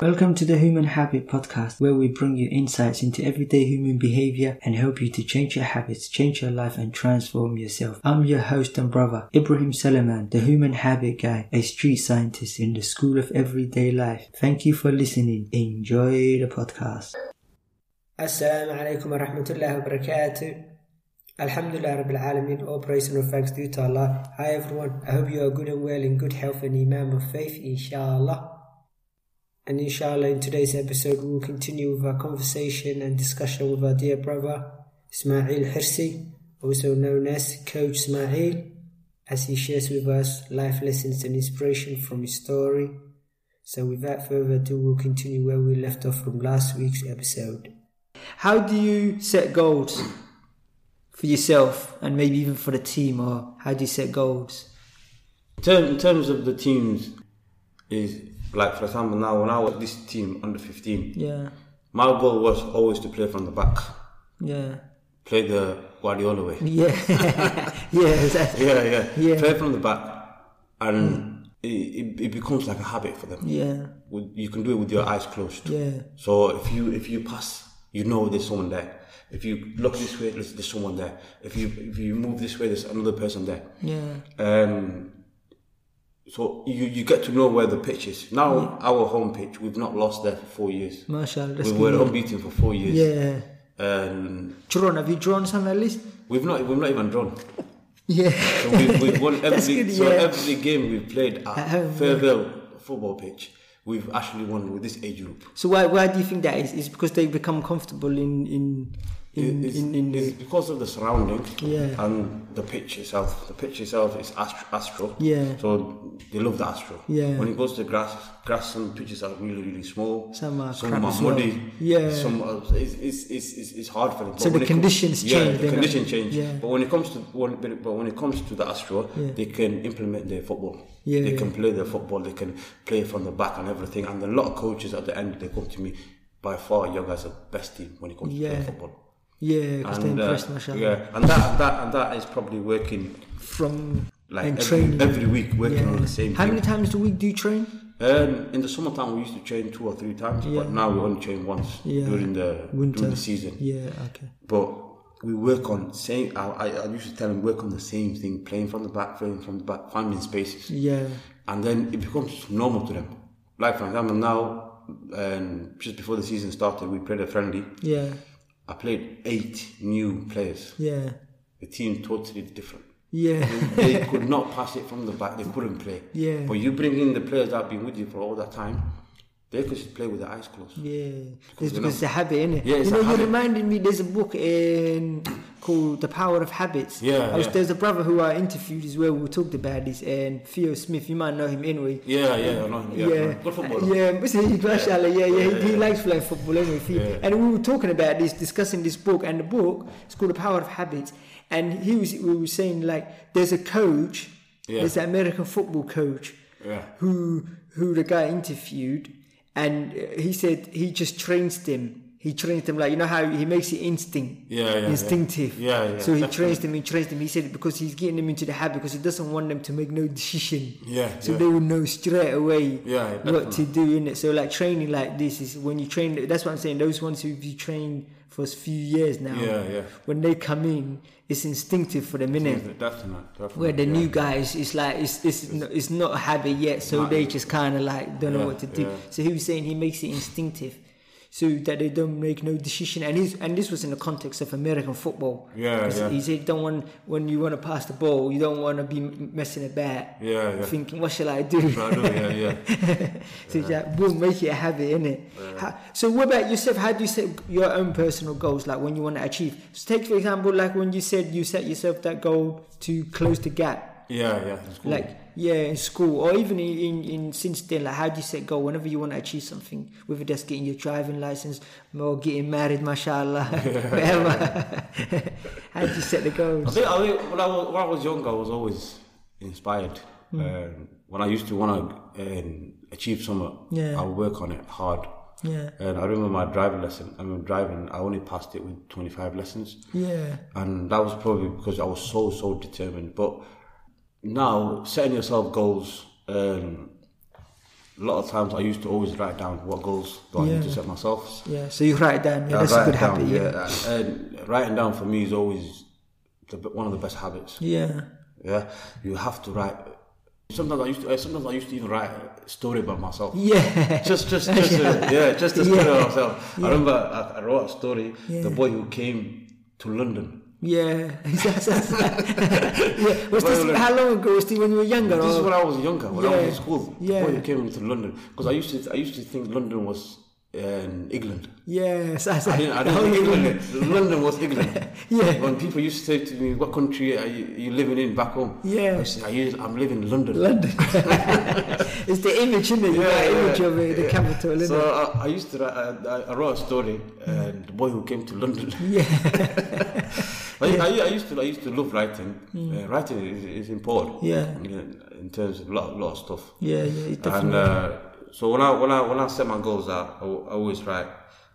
Welcome to the Human Habit Podcast, where we bring you insights into everyday human behavior and help you to change your habits, change your life, and transform yourself. I'm your host and brother, Ibrahim Salaman, the Human Habit Guy, a street scientist in the School of Everyday Life. Thank you for listening. Enjoy the podcast. Assalamu alaikum wa rahmatullahi wa barakatuh. Alhamdulillah Rabbil Alameen, all praise and all thanks due to Allah. Hi everyone, I hope you are good and well in good health and Imam of faith, inshallah. And inshallah, in today's episode, we'll continue with our conversation and discussion with our dear brother, Ismail Hirsi, also known as Coach Ismail, as he shares with us life lessons and inspiration from his story. So, without further ado, we'll continue where we left off from last week's episode. How do you set goals for yourself and maybe even for the team, or how do you set goals? In term- in terms of the teams, is like for example now when I was this team under 15, Yeah, my goal was always to play from the back, yeah, play the Guardiola way. yeah, yeah, exactly. Yeah, yeah, Yeah. play from the back, and it, it, it becomes like a habit for them. yeah, With- You can do it with your eyes closed. yeah. So if you if you pass, you know there's someone there. If you look this way, there's, there's someone there. If you if you move this way, there's another person there. Yeah, Um, so you, you get to know where the pitch is. Now our home pitch, we've not lost there for four years. mashallah. that's We were good. unbeaten for four years. Yeah. Um, Drawn, have you drawn some at least? we've not we've not even drawn. Yeah. So we've, we've won That's every good, so yeah. every game we've played At at home, Fairville football pitch, we've actually won with this age group. So why why do you think that is? It's because they become comfortable in in in, it's, in, in it's because of the surrounding Yeah. and the pitch itself. The pitch itself is ast- astro. Yeah. So they love the astro. Yeah. When it goes to grass, grass and pitches are really really small. Some are some crap are as well. muddy. Yeah. Some are, it's, it's, it's, it's, it's hard for them. But So the when it com- conditions yeah, change, The they're not- condition change. yeah. But when it comes to when, but but when it comes to the astro, Yeah. they can implement their football. Yeah, They yeah. can play their football. They can play from the back and everything. And a lot of coaches at the end they come to me. By far, you guys are the best team when it comes to Yeah. playing football yeah, because they're uh, impressed, mashallah. yeah, and that, and that and that is probably working From like and every, training. every week, working yeah. on the same How many thing. times a week do you train? Um, in the summertime, we used to train two or three times, Yeah. but now we only train once Yeah. during the Winter. during the season. Yeah, okay. But we work on same. I, I, I used to tell him work on the same thing, playing from the back, playing from the back, finding spaces, Yeah. and then it becomes normal to them. Like for example, now um, just before the season started, we played a friendly. Yeah. I played eight new players. Yeah. The team totally different. Yeah. they could not pass it from the back. They couldn't play. Yeah. But you bring in the players that have been with you for all that time, they could just play with their eyes closed. Yeah, it's because it's a habit, isn't it? Yeah, it's you a know, you habit. reminded me. There's a book in called "The Power of Habits." Yeah, I was, yeah. there's a brother who I interviewed as well. We talked about this, and Theo Smith. You might know him anyway. Yeah, yeah, I know him, yeah. yeah, Good footballer. Yeah, but see, mashallah, yeah, yeah, he, he likes playing football anyway. He- Yeah. And we were talking about this, discussing this book, and the book is called The Power of Habits. And he was, we were saying like, there's a coach, Yeah. there's an American football coach, Yeah. who who the guy interviewed, and uh, he said he just trains them. He trains them like you know how he makes it instinct, Yeah, yeah, yeah. instinctive. Yeah, yeah, So he definitely. trains them. He trains them. He said because he's getting them into the habit because he doesn't want them to make no decision. Yeah, So yeah. they will know straight away Yeah, what to definitely. do in it. So like training like this is when you train. That's what I'm saying. Those ones who've you trained for a few years now. Yeah, yeah. When they come in, it's instinctive for the minute. Definitely, definitely. Where the yeah. new guys, it's like it's it's no, it's not a habit yet, so Not they yet. just kind of like don't know Yeah, what to do. yeah. So he was saying he makes it instinctive, so that they don't make no decision. And he's and this was in the context of American football. Yeah, 'Cause yeah. He said don't want when you want to pass the ball, you don't want to be m- messing about, Yeah, yeah. thinking what shall I do. But I know, yeah, yeah. so yeah. that will make it a habit, innit? How, so what about yourself? How do you set your own personal goals, like when you want to achieve? So take for example, like when you said you set yourself that goal to close the gap Yeah, yeah. It's cool. like yeah in school or even in, in, in since then like how do you set goal whenever you want to achieve something whether that's getting your driving license or getting married mashallah whatever how do you set the I goals think, I think when, I was, when I was younger, I was always inspired. Mm. Um, when I used to want to um, achieve something, Yeah. I would work on it hard. yeah And I remember my driving lesson. I remember driving. I only passed it with 25 lessons. yeah and that was probably because I was so so determined. But now setting yourself goals, um, A lot of times I used to always write down what goals do I need to Yeah. set myself. Yeah, so you write it down. Yeah, I that's write a good it down, habit. Yeah. yeah. And writing down for me is always the, be- one of the best habits. Yeah. Yeah, you have to write. Sometimes I used to. uh, Sometimes I used to even write a story about myself. Yeah. Just, just, just, yeah, yeah just a story Yeah. about myself. I remember I, I wrote a story. The boy who came to London. Yeah. That's- that's- yeah. Was Well, this look. how long ago? Was this when you were younger? This is or- when I was younger, when I was in Yeah. school. Yeah. Before you came to London, because I used to, I used to think London was um, England. Yes. That's I didn't, I didn't think England. London was England. Oh, Yeah. When people used to say to me, "What country are you, you living in back home?" Yeah. I used to say, I used, "I'm living in London." London. it's the image, isn't it? Yeah, Yeah, image yeah, of uh, the capital, isn't So it? I, I used to write, I, I wrote a story, uh, Mm. the boy who came to London. Yeah. I, I, I used to I used to love writing. Uh, writing is, is important. Mm. Yeah. In, in terms of a lot, lot of stuff. Yeah, yeah, it And definitely. uh, so when I when I when I set my goals out, I, al- I always write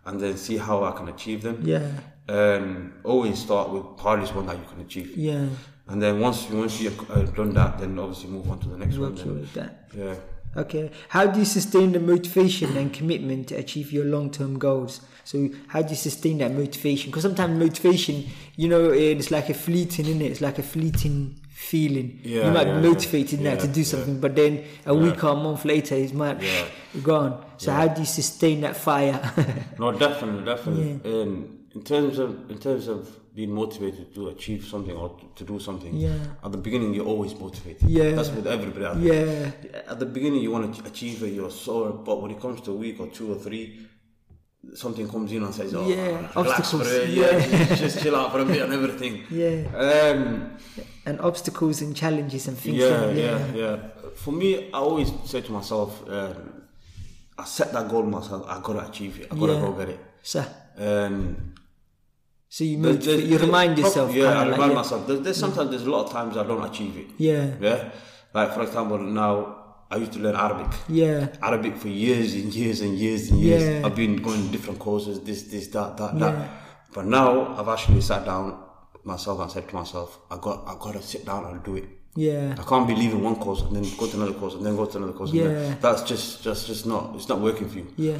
and then see how I can achieve them. yeah, Um, always start with hardest one that you can achieve. yeah. And then once you once you've uh, done that, then obviously move on to the next one. Works Then. with that. Yeah. Okay. How do you sustain the motivation and commitment to achieve your long-term goals? So, how do you sustain that motivation? Because sometimes motivation, you know, eh, it's like a fleeting, isn't it? It's like a fleeting feeling. Yeah, you might yeah, be motivated yeah, now to yeah, do yeah. something, but then a week or a month later, it's might Yeah. gone. So, how do you sustain that fire? No, definitely, definitely. Um, in terms of in terms of being motivated to achieve something or to, to do something, Yeah. At the beginning, you're always motivated. Yeah. That's with everybody. I think. yeah, At the beginning, you want to achieve it, you're sore, but when it comes to a week or two or three, something comes in and says, "Oh, Yeah, relax for obstacles, it, yeah. yeah, just, just chill out for a bit and everything." yeah. Um, And obstacles and challenges and things. yeah, yeah, like- yeah, For me, I always say to myself, um, "I set that goal myself. I gotta achieve it. I gotta Yeah. go get it." So, Um, so you there's- motiv- there's- you remind there's- yourself. Yeah, I kinda like, remind myself. There's, there's sometimes there's a lot of times I don't achieve it. Yeah. Yeah. Like for example, now I used to learn Arabic. Yeah. Arabic for years and years and years and years. Yeah. I've been going to different courses, this, this, that, that, Yeah. that. But now I've actually sat down myself and said to myself, I got, I got to sit down and do it. Yeah. I can't be leaving one course and then go to another course and then go to another course. And Yeah. then, that's just, just, just not. It's not working for you. Yeah.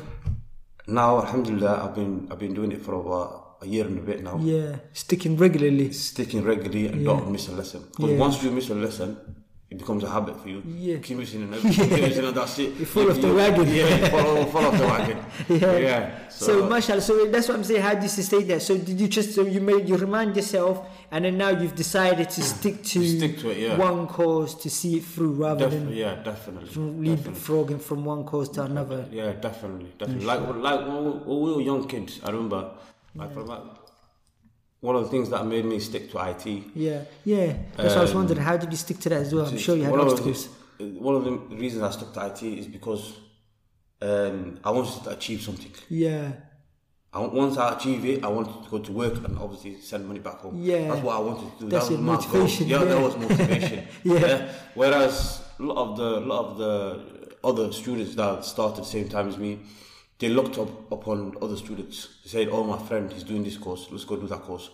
Now, Alhamdulillah, I've been, I've been doing it for about a year and a bit now. Yeah. Sticking regularly. Sticking regularly and not miss a lesson. Because Yeah. once you miss a lesson. It becomes a habit for you. Yeah. Keep missing and everything. Keep missing and that's it. You fall off the wagon. Yeah, you fall, fall off the wagon. Yeah. yeah. So, mashallah. So that's what I'm saying. How do you sustain that? So did you just so you made you remind yourself, and then now you've decided to stick to Stick to it, yeah. one course to see it through, rather Definitely, yeah, definitely. than definitely. leapfrogging from one course to another. Yeah, definitely, definitely. Like, like when we, when we were young kids, I remember, like, from that, one of the things that made me stick to IT. Yeah. Yeah. That's what I was wondering. How did you stick to that as well? I'm sure you had Um, one of the- obstacles. one of the reasons I stuck to IT is because um, I wanted to achieve something. Yeah. I, want- once I achieve it, I wanted to go to work and obviously send money back home. Yeah. That's what I wanted to do. That's that your was my motivation, Goal. Yeah, yeah. that was motivation. Yeah. Whereas a lot of the lot of the other students that started the same time as me, they looked up upon other students. They said, "Oh, my friend, he's doing this course. Let's go do that course."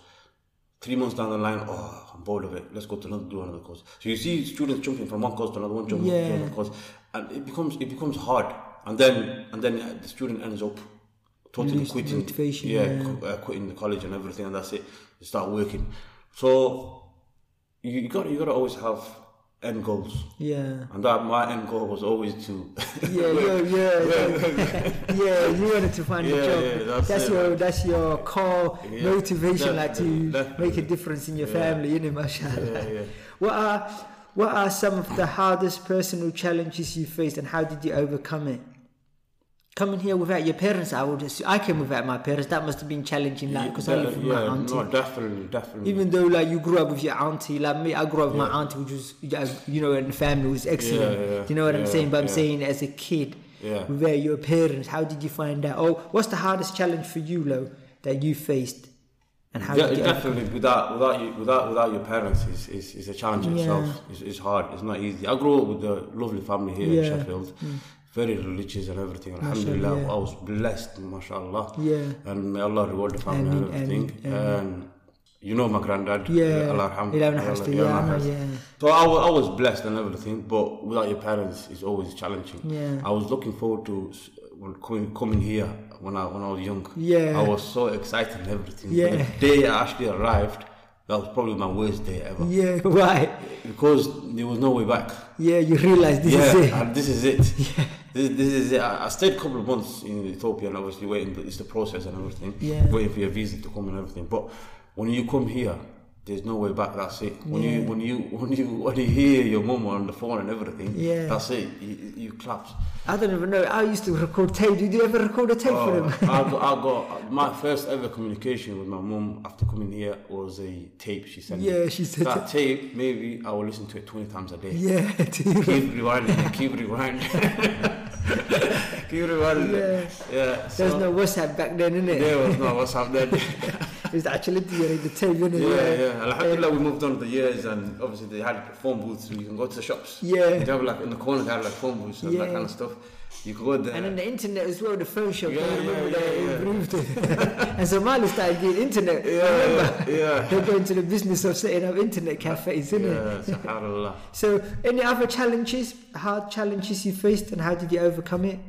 Three months down the line, oh, I'm bored of it. Let's go to another, do another course. So you see students jumping from one course to another one, jumping Yeah. to another course, and it becomes it becomes hard. And then and then uh, the student ends up totally Lose quitting, motivation, yeah, yeah. co- uh, quitting the college and everything, and that's it. You start working. So you, you got you got to always have end goals, Yeah. and that my end goal was always to Yeah, yeah, yeah, yeah. You wanted to find a Yeah, job. yeah, that's it, your man. that's your core Yeah, motivation, like to definitely, definitely. make a difference in your family, you know, mashallah. yeah. What are what are some of the hardest personal challenges you faced, and how did you overcome it? Coming here without your parents, I would assume, I came without my parents. That must have been challenging, like because I live with my yeah, auntie. no, definitely, definitely. Even though like you grew up with your auntie, like me, I grew up with my auntie, which was yeah, you know, and family was excellent. Yeah, yeah, you know what I'm yeah, saying? But I'm yeah. saying as a kid, Yeah. without your parents, how did you find out? Oh, what's the hardest challenge for you, Lo, that you faced, and how yeah, did you? definitely without without you without without your parents is is, is a challenge in Yeah. itself. It's, it's hard. It's not easy. I grew up with a lovely family here Yeah. Mm. in Sheffield, very religious and everything. Alhamdulillah, yeah. I was blessed, mashallah. Yeah. and may Allah reward the family Ameen, and everything. ameen, Um, You know my granddad. Yeah. Allah Arham. Allah Arham. Allah- Yeah, I know, Arham. yeah. So I was, I was blessed and everything, but without your parents, it's always challenging. Yeah. I was looking forward to s- when coming, coming here when I when I was young. Yeah. I was so excited and everything. But Yeah. the day I actually arrived, that was probably my worst day ever Yeah, why? because there was no way back. Yeah, you realize this yeah, is it. and this is it. This, this is it. I, I stayed a couple of months in Ethiopia and obviously waiting. It's the process and everything. Yeah. Waiting for your visa to come and everything. But when you come here, there's no way back. That's it. When you when you when you when you hear your mum on the phone and everything, Yeah. that's it. You, you clap. I don't even know. I used to record tape. Did you ever record a tape for Oh, him? I, got, I got my first ever communication with my mum after coming here was a tape she sent. me. Yeah, she said that tape. Maybe I will listen to it twenty times a day. Yeah, dude. keep rewinding, keep rewinding. keep rewinding. Yeah. yeah so There's no WhatsApp back then, innit? there was no WhatsApp then. It's actually the, the tape, innit? yeah, yeah. Alhamdulillah, we moved on with the years, and obviously they had phone booths. So you can go to the shops. Yeah. They have like in the corner, they have like phone booths and that Yeah. kind of stuff. You could go there. And then the internet as well, the phone shop. Yeah, I remember yeah, they yeah, yeah. improved it. and Somalia started getting internet. yeah, yeah, They're going to the business of setting up internet cafes, yeah, isn't it? Subhanallah. So, any other challenges, hard challenges you faced, and how did you overcome it?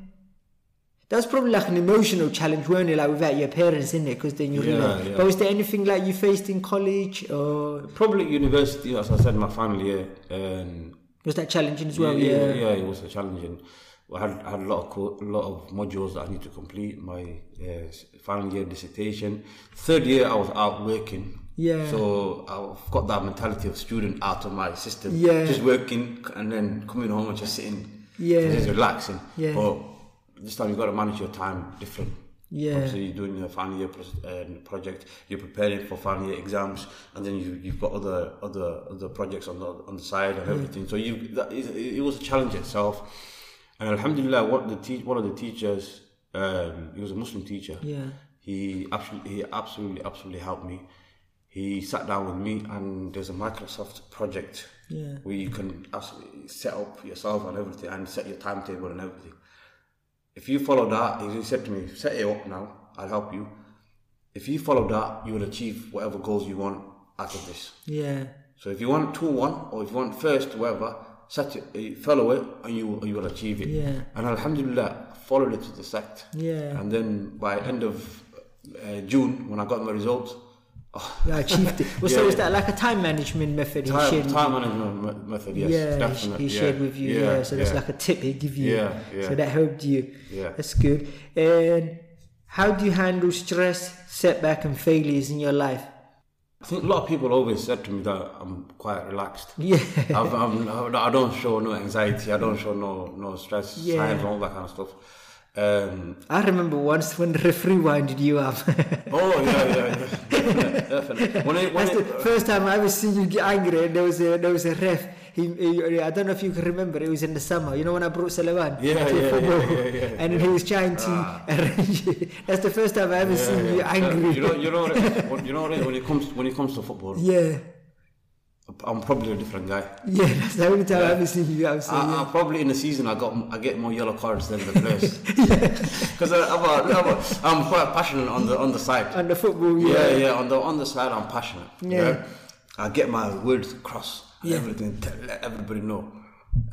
That's probably like an emotional challenge, weren't it? Like without your parents, in it? Because then you Yeah, realize. yeah. But was there anything like you faced in college, or Probably university, as I said, my family, yeah, and was that challenging as well? yeah, yeah, yeah, it was a challenge. And I had, I had a lot of co- a lot of modules that I need to complete. My uh, s- final year dissertation, third year I was out working. Yeah. So I've got that mentality of student out of my system. Yeah. Just working and then coming home and just sitting. Yeah. Just relaxing. Yeah. But this time you got to manage your time different. Yeah. Obviously, you're doing your final year pros- um, project. You're preparing for final year exams, and then you, you've got other other other projects on the on the side and everything. So you that is, it was a challenge itself. And Alhamdulillah, what the te- one of the teachers, um, he was a Muslim teacher. Yeah. He absolutely, he absolutely, absolutely helped me. He sat down with me, and there's a Microsoft project Yeah. where you can absolutely set up yourself and everything, and set your timetable and everything. If you follow that, he said to me, set it up now, I'll help you. If you follow that, you will achieve whatever goals you want out of this. yeah, So if you want 2 1 or if you want first, whatever, set it, eh, follow it and you, you will achieve it. Yeah. And Alhamdulillah, I followed it to the sect. Yeah. And then by end of uh, June, when I got my results, oh, yeah, I achieved it. Well, so Yeah. is that like a time management method? he shared time, with time management me- method, yes, yeah, he- definitely. he shared with you. Yeah, so that's yeah. like a tip he give you. Yeah, yeah. So that helped you. Yeah. that's good. And how do you handle stress, setback, and failures in your life? I think a lot of people always said to me that I'm quite relaxed. Yeah, I've, I'm, I'm, I don't show no anxiety. I don't show no no stress Yeah. signs and all that kind of stuff. Um, I remember once when the referee winded you up. oh yeah, yeah, yeah, definitely, definitely. When it, uh, when That's the it, first time I ever seen you get angry. And there was a there was a ref. He, he- I don't know if you can remember. It was in the summer. You know when I brought Salawan Yeah, to yeah, football, yeah, yeah, yeah, Ah. and he was trying to arrange it. That's the first time I ever seen you angry. You know, you know, what it- what- you know what it- when it comes when it comes to football, yeah. I'm probably a different guy. Yeah, that's the only time I haven't seen you outside. I, I probably in the season I got I get more yellow cards than the players because I'm, a- I'm, a- I'm quite passionate on the on the side. on the football, Yeah, yeah. yeah. On the on the side, I'm passionate. Yeah. Yeah. I get my words across. and Everything. T- Let everybody know,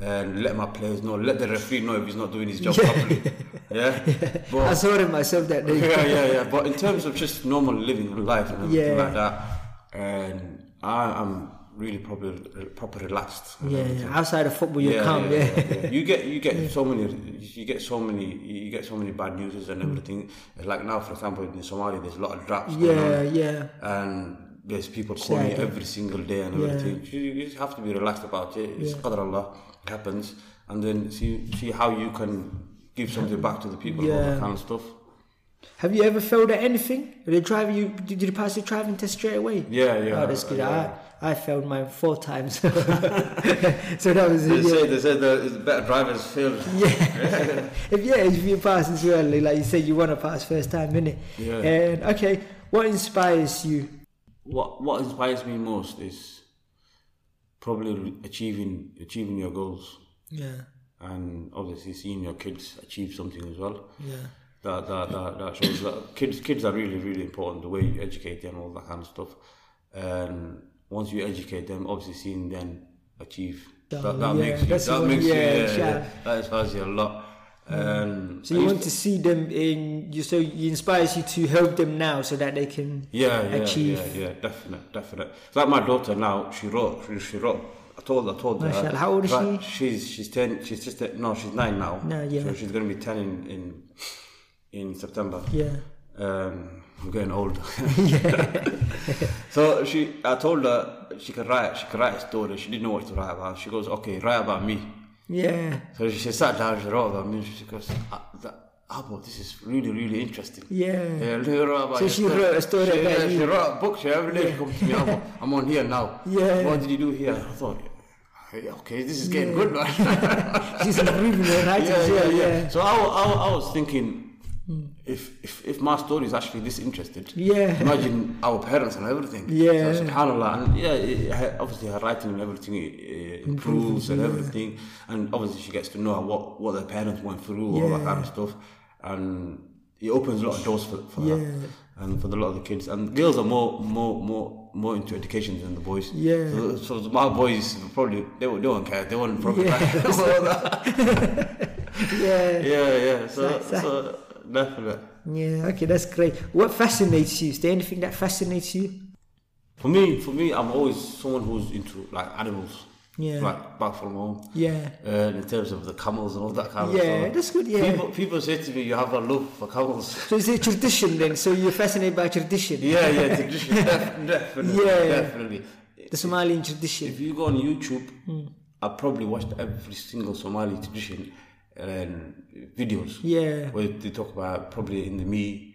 and let my players know. Let the referee know if he's not doing his job properly. Yeah. I But, saw it myself that day. yeah, yeah, yeah. But in terms of just normal living and life and everything Yeah. like that, and I am really proper, proper relaxed. and Yeah, everything. yeah, outside of football, you come, yeah. yeah. You get you get so many you get so many you get so many bad news and everything. Like now, for example, in Somalia, there's a lot of drops. going on Yeah, yeah. and there's people calling you Sad, yeah. every single day and Yeah. everything. You, you just have to be relaxed about it. It's qadr Allah, it happens, and then see see how you can give something back to the people and all Yeah. that kind of stuff. Have you ever failed at anything? Did you drive you? Did you pass your driving test straight away? Yeah, yeah, Oh, that's good. yeah. I, I failed mine four times, so that was They yeah. say they say that it's better drivers fail. Yeah. if yeah, if you pass as well, like you said, you want to pass first time, innit? Yeah. And okay, what inspires you? What what inspires me most is probably achieving achieving your goals Yeah, and obviously seeing your kids achieve something as well. yeah, that that that, that shows that kids kids are really really important the way you educate them all that kind of stuff And once you educate them, obviously seeing them achieve, Yeah, that, that yeah, makes you, that's that what- makes you, yeah, yeah, yeah, sure. that inspires you a lot. Um, So I you used want to see them in you so it inspires you to help them now so that they can yeah, yeah, achieve. yeah, yeah, definite, definite. Like my daughter now, she wrote, she, she wrote. I told, I told her. Mashallah, how old is like, She's she's ten. She's just no, she's nine now. No, yeah. So she's gonna be ten in in, in September. Yeah. Um, I'm getting older. so she, I told her she could write. She could write a story. She didn't know what to write about. She goes, okay, write about me. Yeah. So she, she sat down, she wrote about me. She goes, "Ah, that, Abbo, this is really, really interesting. Yeah. Yeah, let me write about So your she wrote a story she, about yeah, you. She wrote a book. She every day she comes to me. I'm, I'm on here now. Yeah. What did you do here? I thought, "Yeah, okay, this is getting good, man. She's improving her yeah, writings, yeah, yeah. So I, wa- I, wa- I was thinking, if, if if my story is actually this interested, Yeah. imagine our parents and everything. Yeah. So subhanallah, and yeah, it, her- obviously her writing and everything it, uh, improves and everything, and obviously she gets to know what what their parents went through, all that Yeah. kind of stuff, and it opens a lot of doors for, for Yeah. her and for the lot of the kids. And girls are more more more more into education than the boys. Yeah. So, so my boys probably they won't, they won't care. They won't probably. Yeah. Yeah, yeah. So, Sa- sa- so definitely. Yeah, okay, that's great. What fascinates you? Is there anything that fascinates you? For me, for me, I'm always someone who's into like animals. Yeah. Like back from home. Yeah. Uh, in terms of the camels and all that kind of Yeah, stuff. that's good, yeah. People, people say to me, you have a love for camels. So it's a tradition then, so you're fascinated by tradition. yeah, yeah, tradition, def- definitely, Yeah. definitely. The Somalian tradition. If you go on YouTube, Hmm. I probably watched every single Somali tradition and videos. Yeah. where they talk about probably in the me.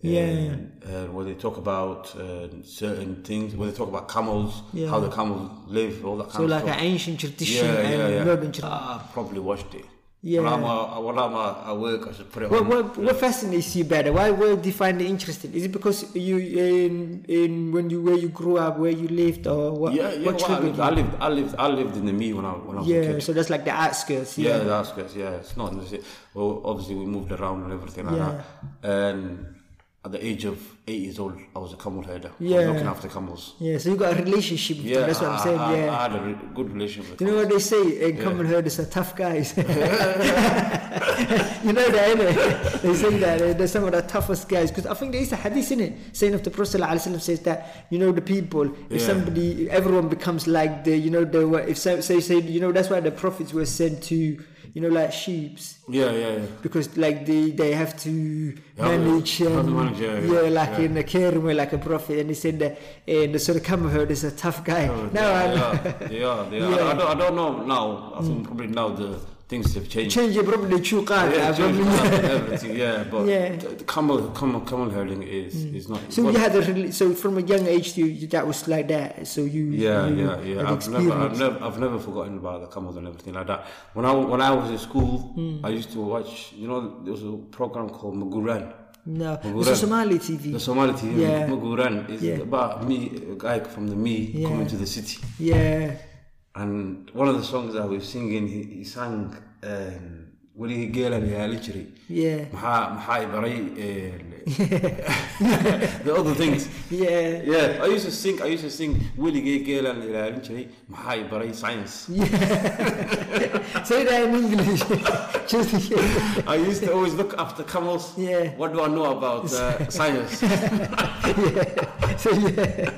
Yeah. And, and where they talk about uh, certain things, where they talk about camels, Yeah. how the camels live, all that kind So of like stuff. an ancient tradition and modern tradition. I Ah, probably watched it. Yeah. When I'm, uh, when I'm uh, at work, I should put it What, on. what, what fascinates you better? Why where do you find it interesting? Is it because you in in when you where you grew up, where you lived, or what? yeah, yeah. what well, I, triggered lived, I lived, I lived, I lived in the me when I when I was you? a Yeah, kid. so that's like the outskirts. Yeah, Yeah, the outskirts. Yeah, it's not. It's, well, obviously we moved around and everything like Yeah. that. And at the age of eight years old, I was a camel herder. I was Yeah. looking after camels. yeah. So you got a relationship. With Yeah, Ah, them. that's what I, I'm saying. I, yeah. I had a re- good relationship with you know what they say? Uh, common herders are tough guys. you know that, innit? They say that uh, they're some of the toughest guys. Because I think there is a hadith in it saying of the Prophet sallallahu alaihi wasallam says that you know the people, if Yeah. somebody, everyone becomes like the you know they were if so, say say you know that's why the prophets were sent to you know like sheep's Yeah, yeah, yeah. because like they they have to Yeah, manage yeah. Have and to manage, yeah, yeah, yeah, like in the care way like a prophet and he said that and the sort of come herd is a tough guy. Oh, now I they are, they are, they are. Yeah. I, don't, I don't know now. I Mm. think probably now the things have changed. change your probably chew card. I Yeah, it's changed probably- and everything. Yeah, but Yeah. Mm. the- the camel, camel, camel herding is is not. So well, you had a really, so from a young age you, you that was like that. So you Yeah, you yeah, yeah. had I've never, I've Mm. experience. never, I've never forgotten about the camels and everything like that. When I when I was in school, Mm. I used to watch. You know, there was a program called Muguran. No, Muguran. it's a Somali TV. The Somali TV, Yeah. Muguran, is Yeah. about me, a guy from the me Yeah. coming to the city. Yeah, And one of the songs that we was singing, he, he sang um, ولي قيلني يا لجري yeah, محا محاي بري eh, the other things yeah. yeah I used to sing I used to sing ولي قيلني يا لجري محاي بري science Say that in English. Just in case. I used to always look after camels Yeah. what do I know about uh, science So yeah,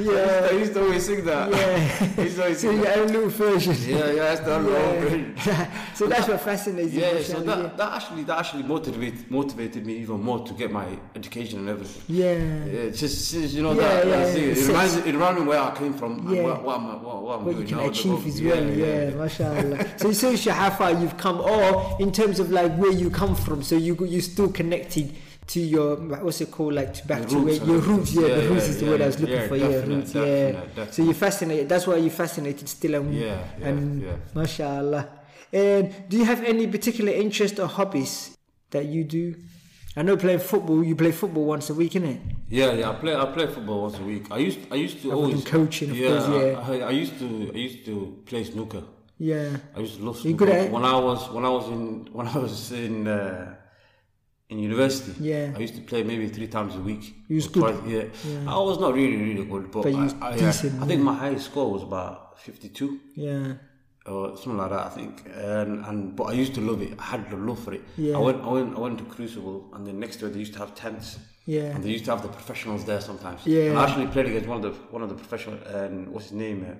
I yeah, used to always sing that yeah. I used to always So sing you that have a new version. yeah yeah that's the wrong so that's what fascinates you. Yeah, so Marshall, that, that actually that actually motivated motivated me even more to get my education and everything. yeah. yeah. Yeah, it's just, it's just, you know Yeah, that, yeah, that's it. it's- it reminds it reminds me where I came from Yeah. and what, what I'm what, what I'm what you doing can now. achieve as well. Yeah, mashallah. so it shows you how far you've come, or in terms of like where you come from. So you you still connected to your what's it called like to back The to where roots and your roots. Yeah, everything. the Yeah, roots yeah, is the word I yeah, was looking yeah, for. Yeah, definite, roots. Yeah. definite, So definite. you're fascinated. That's why you're fascinated still. And, Yeah, yeah, and yeah. mashallah. And do you have any particular interest or hobbies that you do? I know playing football. You play football once a week, innit? Yeah, yeah. I play I play football once a week. I used I used to Other than always coaching, of yeah, course, yeah. I, I, I used to I used to play snooker. Yeah. I used to love You snooker. good at it? when I was when I was in when I was in uh, in university. Yeah. I used to play maybe three times a week. You was or good. yeah. I was not really, really good, but, But you I, was I, uh, decent, I think my highest score was about 52 Yeah. or something like that, I think. And, and but I used to love it. I had the love for it. Yeah. I went, I went, I went to Crucible, and then next to it they used to have tents. Yeah. And they used to have the professionals there sometimes. Yeah. And I actually played against one of the one of the professional. Um, what's his name? Uh,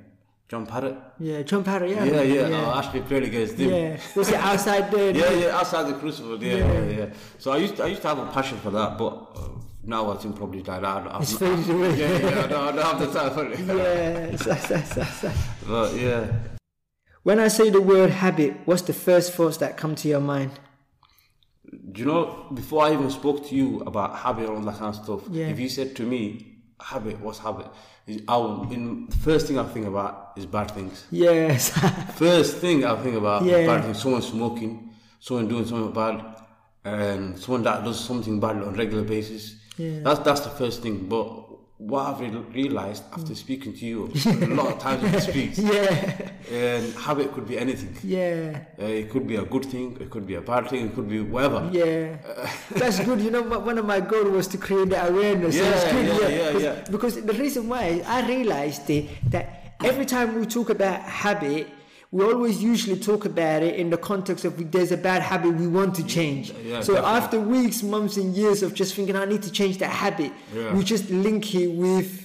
John Parrott. Yeah. John Parrott. Yeah. Yeah, yeah. Yeah. I actually played against him. yeah. Was it outside there? Yeah, yeah, outside the crucible, yeah, yeah, yeah. So I used, to, I used to have a passion for that, but uh, now I think probably died out. I'm It's not- faded away. yeah, yeah, I don't, I don't have the time for it. Yeah, it's like- it's like- it's like- But yeah, When I say the word habit, what's the first thoughts that come to your mind? do you know? Before I even spoke to you about habit and all that kind of stuff, Yeah. if you said to me, "Habit, what's habit?" Is I would, in, the first thing I think about is bad things. Yes. First thing I think about Yeah. is bad things. Someone smoking, someone doing something bad, and someone that does something bad on a regular basis. Yeah. That's that's the first thing. But what I've re- realized Mm. after speaking to you a lot of times in the streets, yeah. and habit could be anything. Yeah. Uh, it could be a good thing, it could be a bad thing, it could be whatever. Yeah, that's good. You know, but one of my goals was to create the awareness. So Yeah, it's good, yeah, yeah, 'cause- yeah. Because the reason why I realized it, that every time we talk about habit, we always usually talk about it in the context of there's a bad habit we want to change. yeah, so definitely. after weeks, months, and years of just thinking I need to change that habit, Yeah. we just link it with.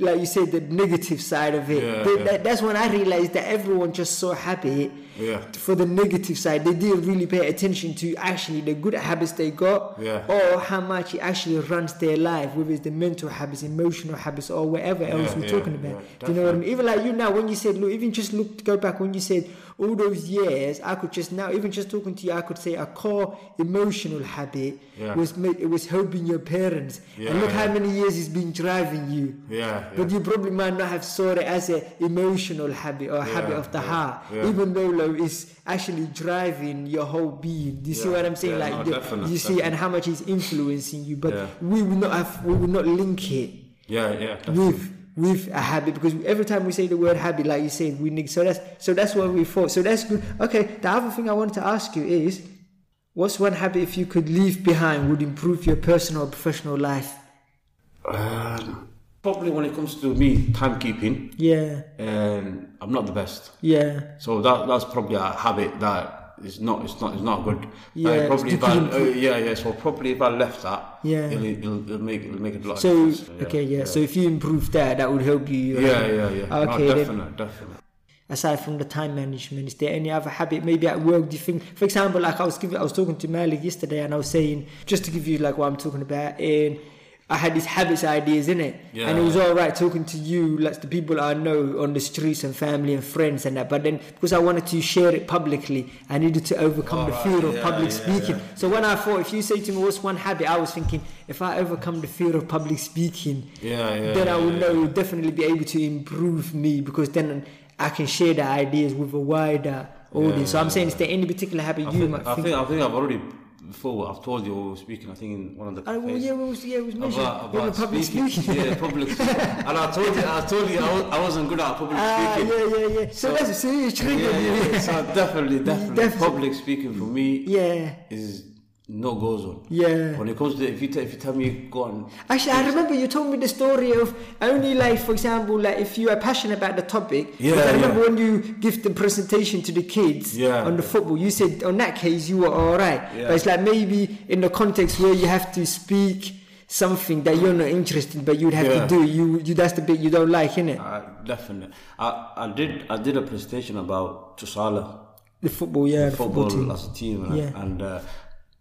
Like you said, the negative side of it. Yeah, Th- yeah. that- that's when I realized that everyone just saw habit Yeah. for the negative side, they didn't really pay attention to actually the good habits they got Yeah. or how much it actually runs their life, whether it's the mental habits, emotional habits, or whatever else Yeah, we're yeah, talking about. yeah, Do you know what I mean? Even like you now, when you said, look, even just look, go back when you said all those years, I could just now, even just talking to you, I could say a core emotional habit Yeah. was make, it was helping your parents. Yeah, and look how yeah. many years it's been driving you. Yeah, But yeah. you probably might not have saw it as an emotional habit or a habit of the yeah, heart, yeah. even though like, it's actually driving your whole being. Do you see Yeah, what I'm saying? yeah, like no, the- definite, you see, and how much it's influencing you. But Yeah. we will not have, we will not link it Yeah, yeah. that's it. with with a habit because every time we say the word habit, like you said, we need. So that's so that's what we thought. So that's good. Okay, the other thing I wanted to ask you is, what's one habit if you could leave behind would improve your personal or professional life? Um, probably when it comes to me timekeeping, Yeah, um, I'm not the best. yeah, So that that's probably a habit that is not it's not it's not good. Yeah, Like, probably it's if I, different. uh, yeah yeah. So probably if I left that, Yeah. it'll, it'll, it'll make it'll make it a lot. of So difference. okay, yeah. So if you improve that, that would help you. uh, yeah yeah yeah. Okay, no, then- definitely definitely. Aside from the time management, is there any other habit maybe at work? Do you think, for example, like I was giving, I was talking to Malik yesterday, and I was saying just to give you like what I'm talking about, and I had these habits ideas in it, Yeah. and it was all right talking to you, like the people I know on the streets and family and friends and that. But then because I wanted to share it publicly, I needed to overcome the Alright, fear of yeah, public yeah, speaking. yeah. So when I thought, if you say to me what's one habit, I was thinking if I overcome the fear of public speaking, Yeah yeah. then I yeah, will yeah. know will definitely be able to improve me because then I can share the ideas with a wider audience. so I'm saying, is there any particular habit I you think, might I think? think I think I've already before I've told you I was speaking. I think in one of the Oh, well, cafes. yeah, we was, yeah, we was mentioned About, we were about public speaking, speaking. yeah, public speaking. And I told you, I told you, I, was, I wasn't good at public Ah, speaking. yeah, yeah, yeah. So, So- that's a serious trigger. yeah, yeah, yeah. So definitely, definitely, Definitely. public speaking for me yeah. is no go zone. Yeah. When it comes to if you t- if you tell me go on, Actually, I remember you told me the story of only like, for example, like if you are passionate about the topic. Yeah, because I remember yeah. when you give the presentation to the kids Yeah. on the football, you said on that case you were all right. Yeah. But it's like maybe in the context where you have to speak something that you're not interested, but you'd have to Yeah. do. You, you that's the bit you don't like, innit? I, definitely. I, I did I did a presentation about Tusala The football, yeah, the football, football team. as a team, right? Yeah. and uh,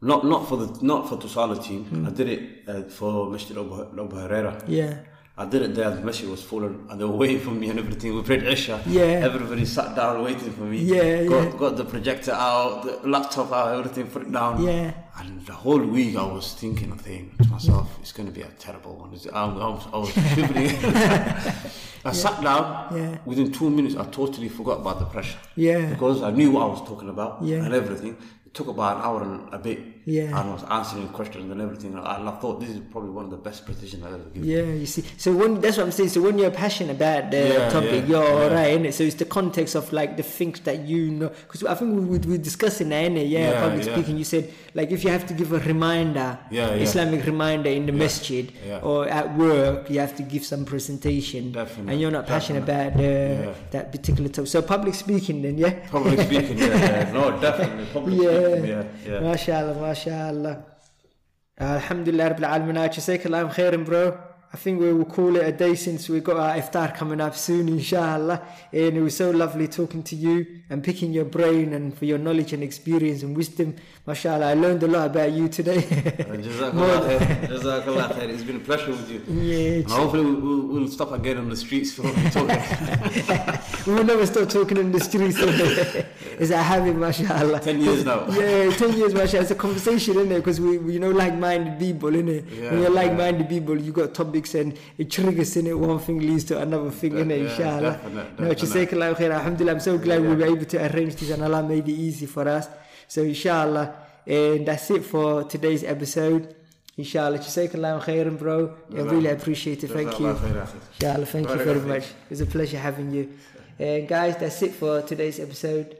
not not for the not for Tusala team. Hmm. I did it uh, for Mr. Abu Herrera. Yeah, I did it there, the message was falling, and they were waiting for me and everything. We prayed Isha. Yeah. Everybody sat down waiting for me. Yeah, got, yeah. Got the projector out, the laptop out, everything put it down. Yeah. And the whole week I was thinking of thing to myself, it's going to be a terrible one. It's- I'm- I'm- I was shivering. I sat down. Yeah. Within two minutes, I totally forgot about the pressure. Yeah. Because I knew what I was talking about Yeah. and everything. it took about an hour and a bit. Yeah. And I was answering questions and everything. And I thought this is probably one of the best presentations I've ever given. Yeah, you see, so when that's what I'm saying. So when you're passionate about the Yeah, topic, yeah, you're all yeah. right, innit? So it's the context of like the things that you know. Because I think we we we discussing that, innit? Yeah, Yeah, public yeah. speaking. You said like if you have to give a reminder, Yeah, yeah. Islamic reminder in the masjid yeah. or at work, you have to give some presentation, Definite, and you're not passionate about the, Yeah. that particular topic. So public speaking, then, yeah. Public speaking, yeah, yeah. No, definitely. Public speaking, yeah, yeah. ما شاء الله ما شاء الله Uh, Alhamdulillah Rabbil Alamin I just say kalam khairan bro I think we will call it a day since we got our iftar coming up soon inshallah and it was so lovely talking to you and picking your brain and for your knowledge and experience and wisdom mashallah I learned a lot about you today And Jazakallah khair. Jazakallah khair. It's been a pleasure with you. yeah And hopefully we- we'll, we'll stop again on the streets for what we talk. we will never stop talking in the streets is that habit mashallah Ten years now. Yeah, 10 years, Russia. It's a conversation, in it? Because we, we, you know, like minded people, innit? Yeah, when you're like minded people, you got topics and it triggers, in it. One thing leads to another thing, innit? yeah, Inshallah. definite, No, jazakallah khair. Alhamdulillah, I'm so glad we were able to arrange this and Allah made it easy for us. So, inshallah. And that's it for today's episode. Inshallah, jazakallah khairan, bro. I really appreciate it. Thank you. Jazakallah khair, Akhil. Inshallah, thank you Barakallah very feek. much. It was a pleasure having you. And guys, that's it for today's episode.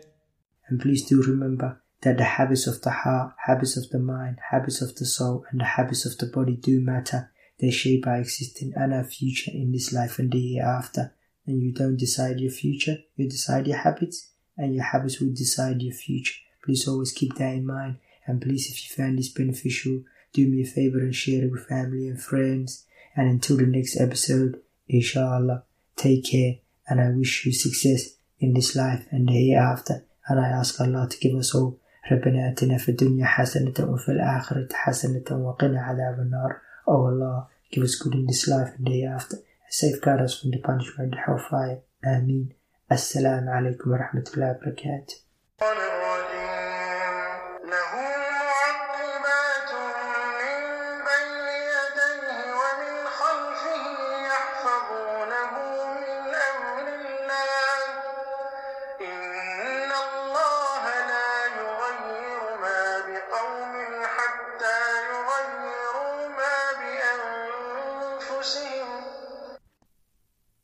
And please do remember that the habits of the heart, habits of the mind, habits of the soul, and the habits of the body do matter. They shape our existing and our future in this life and the year after. And you don't decide your future, you decide your habits, and your habits will decide your future. Please always keep that in mind. And please, if you found this beneficial, do me a favor and share it with family and friends. And until the next episode, inshallah, take care. And I wish you success in this life and the hereafter. And I ask Allah to give us all. ربنا آتنا في الدنيا حسنة وفي الآخرة حسنة وقنا عذاب النار. Oh Allah, give us good in this life and the hereafter. Safeguard us from the punishment of hellfire. Ameen. السلام عليكم ورحمة الله وبركاته. الشيطان الرجيم له معقبات من بين يديه ومن خلفه يحفظونه من أمر الله إن الله لا يغير ما بقوم حتى يغيروا ما بأنفسهم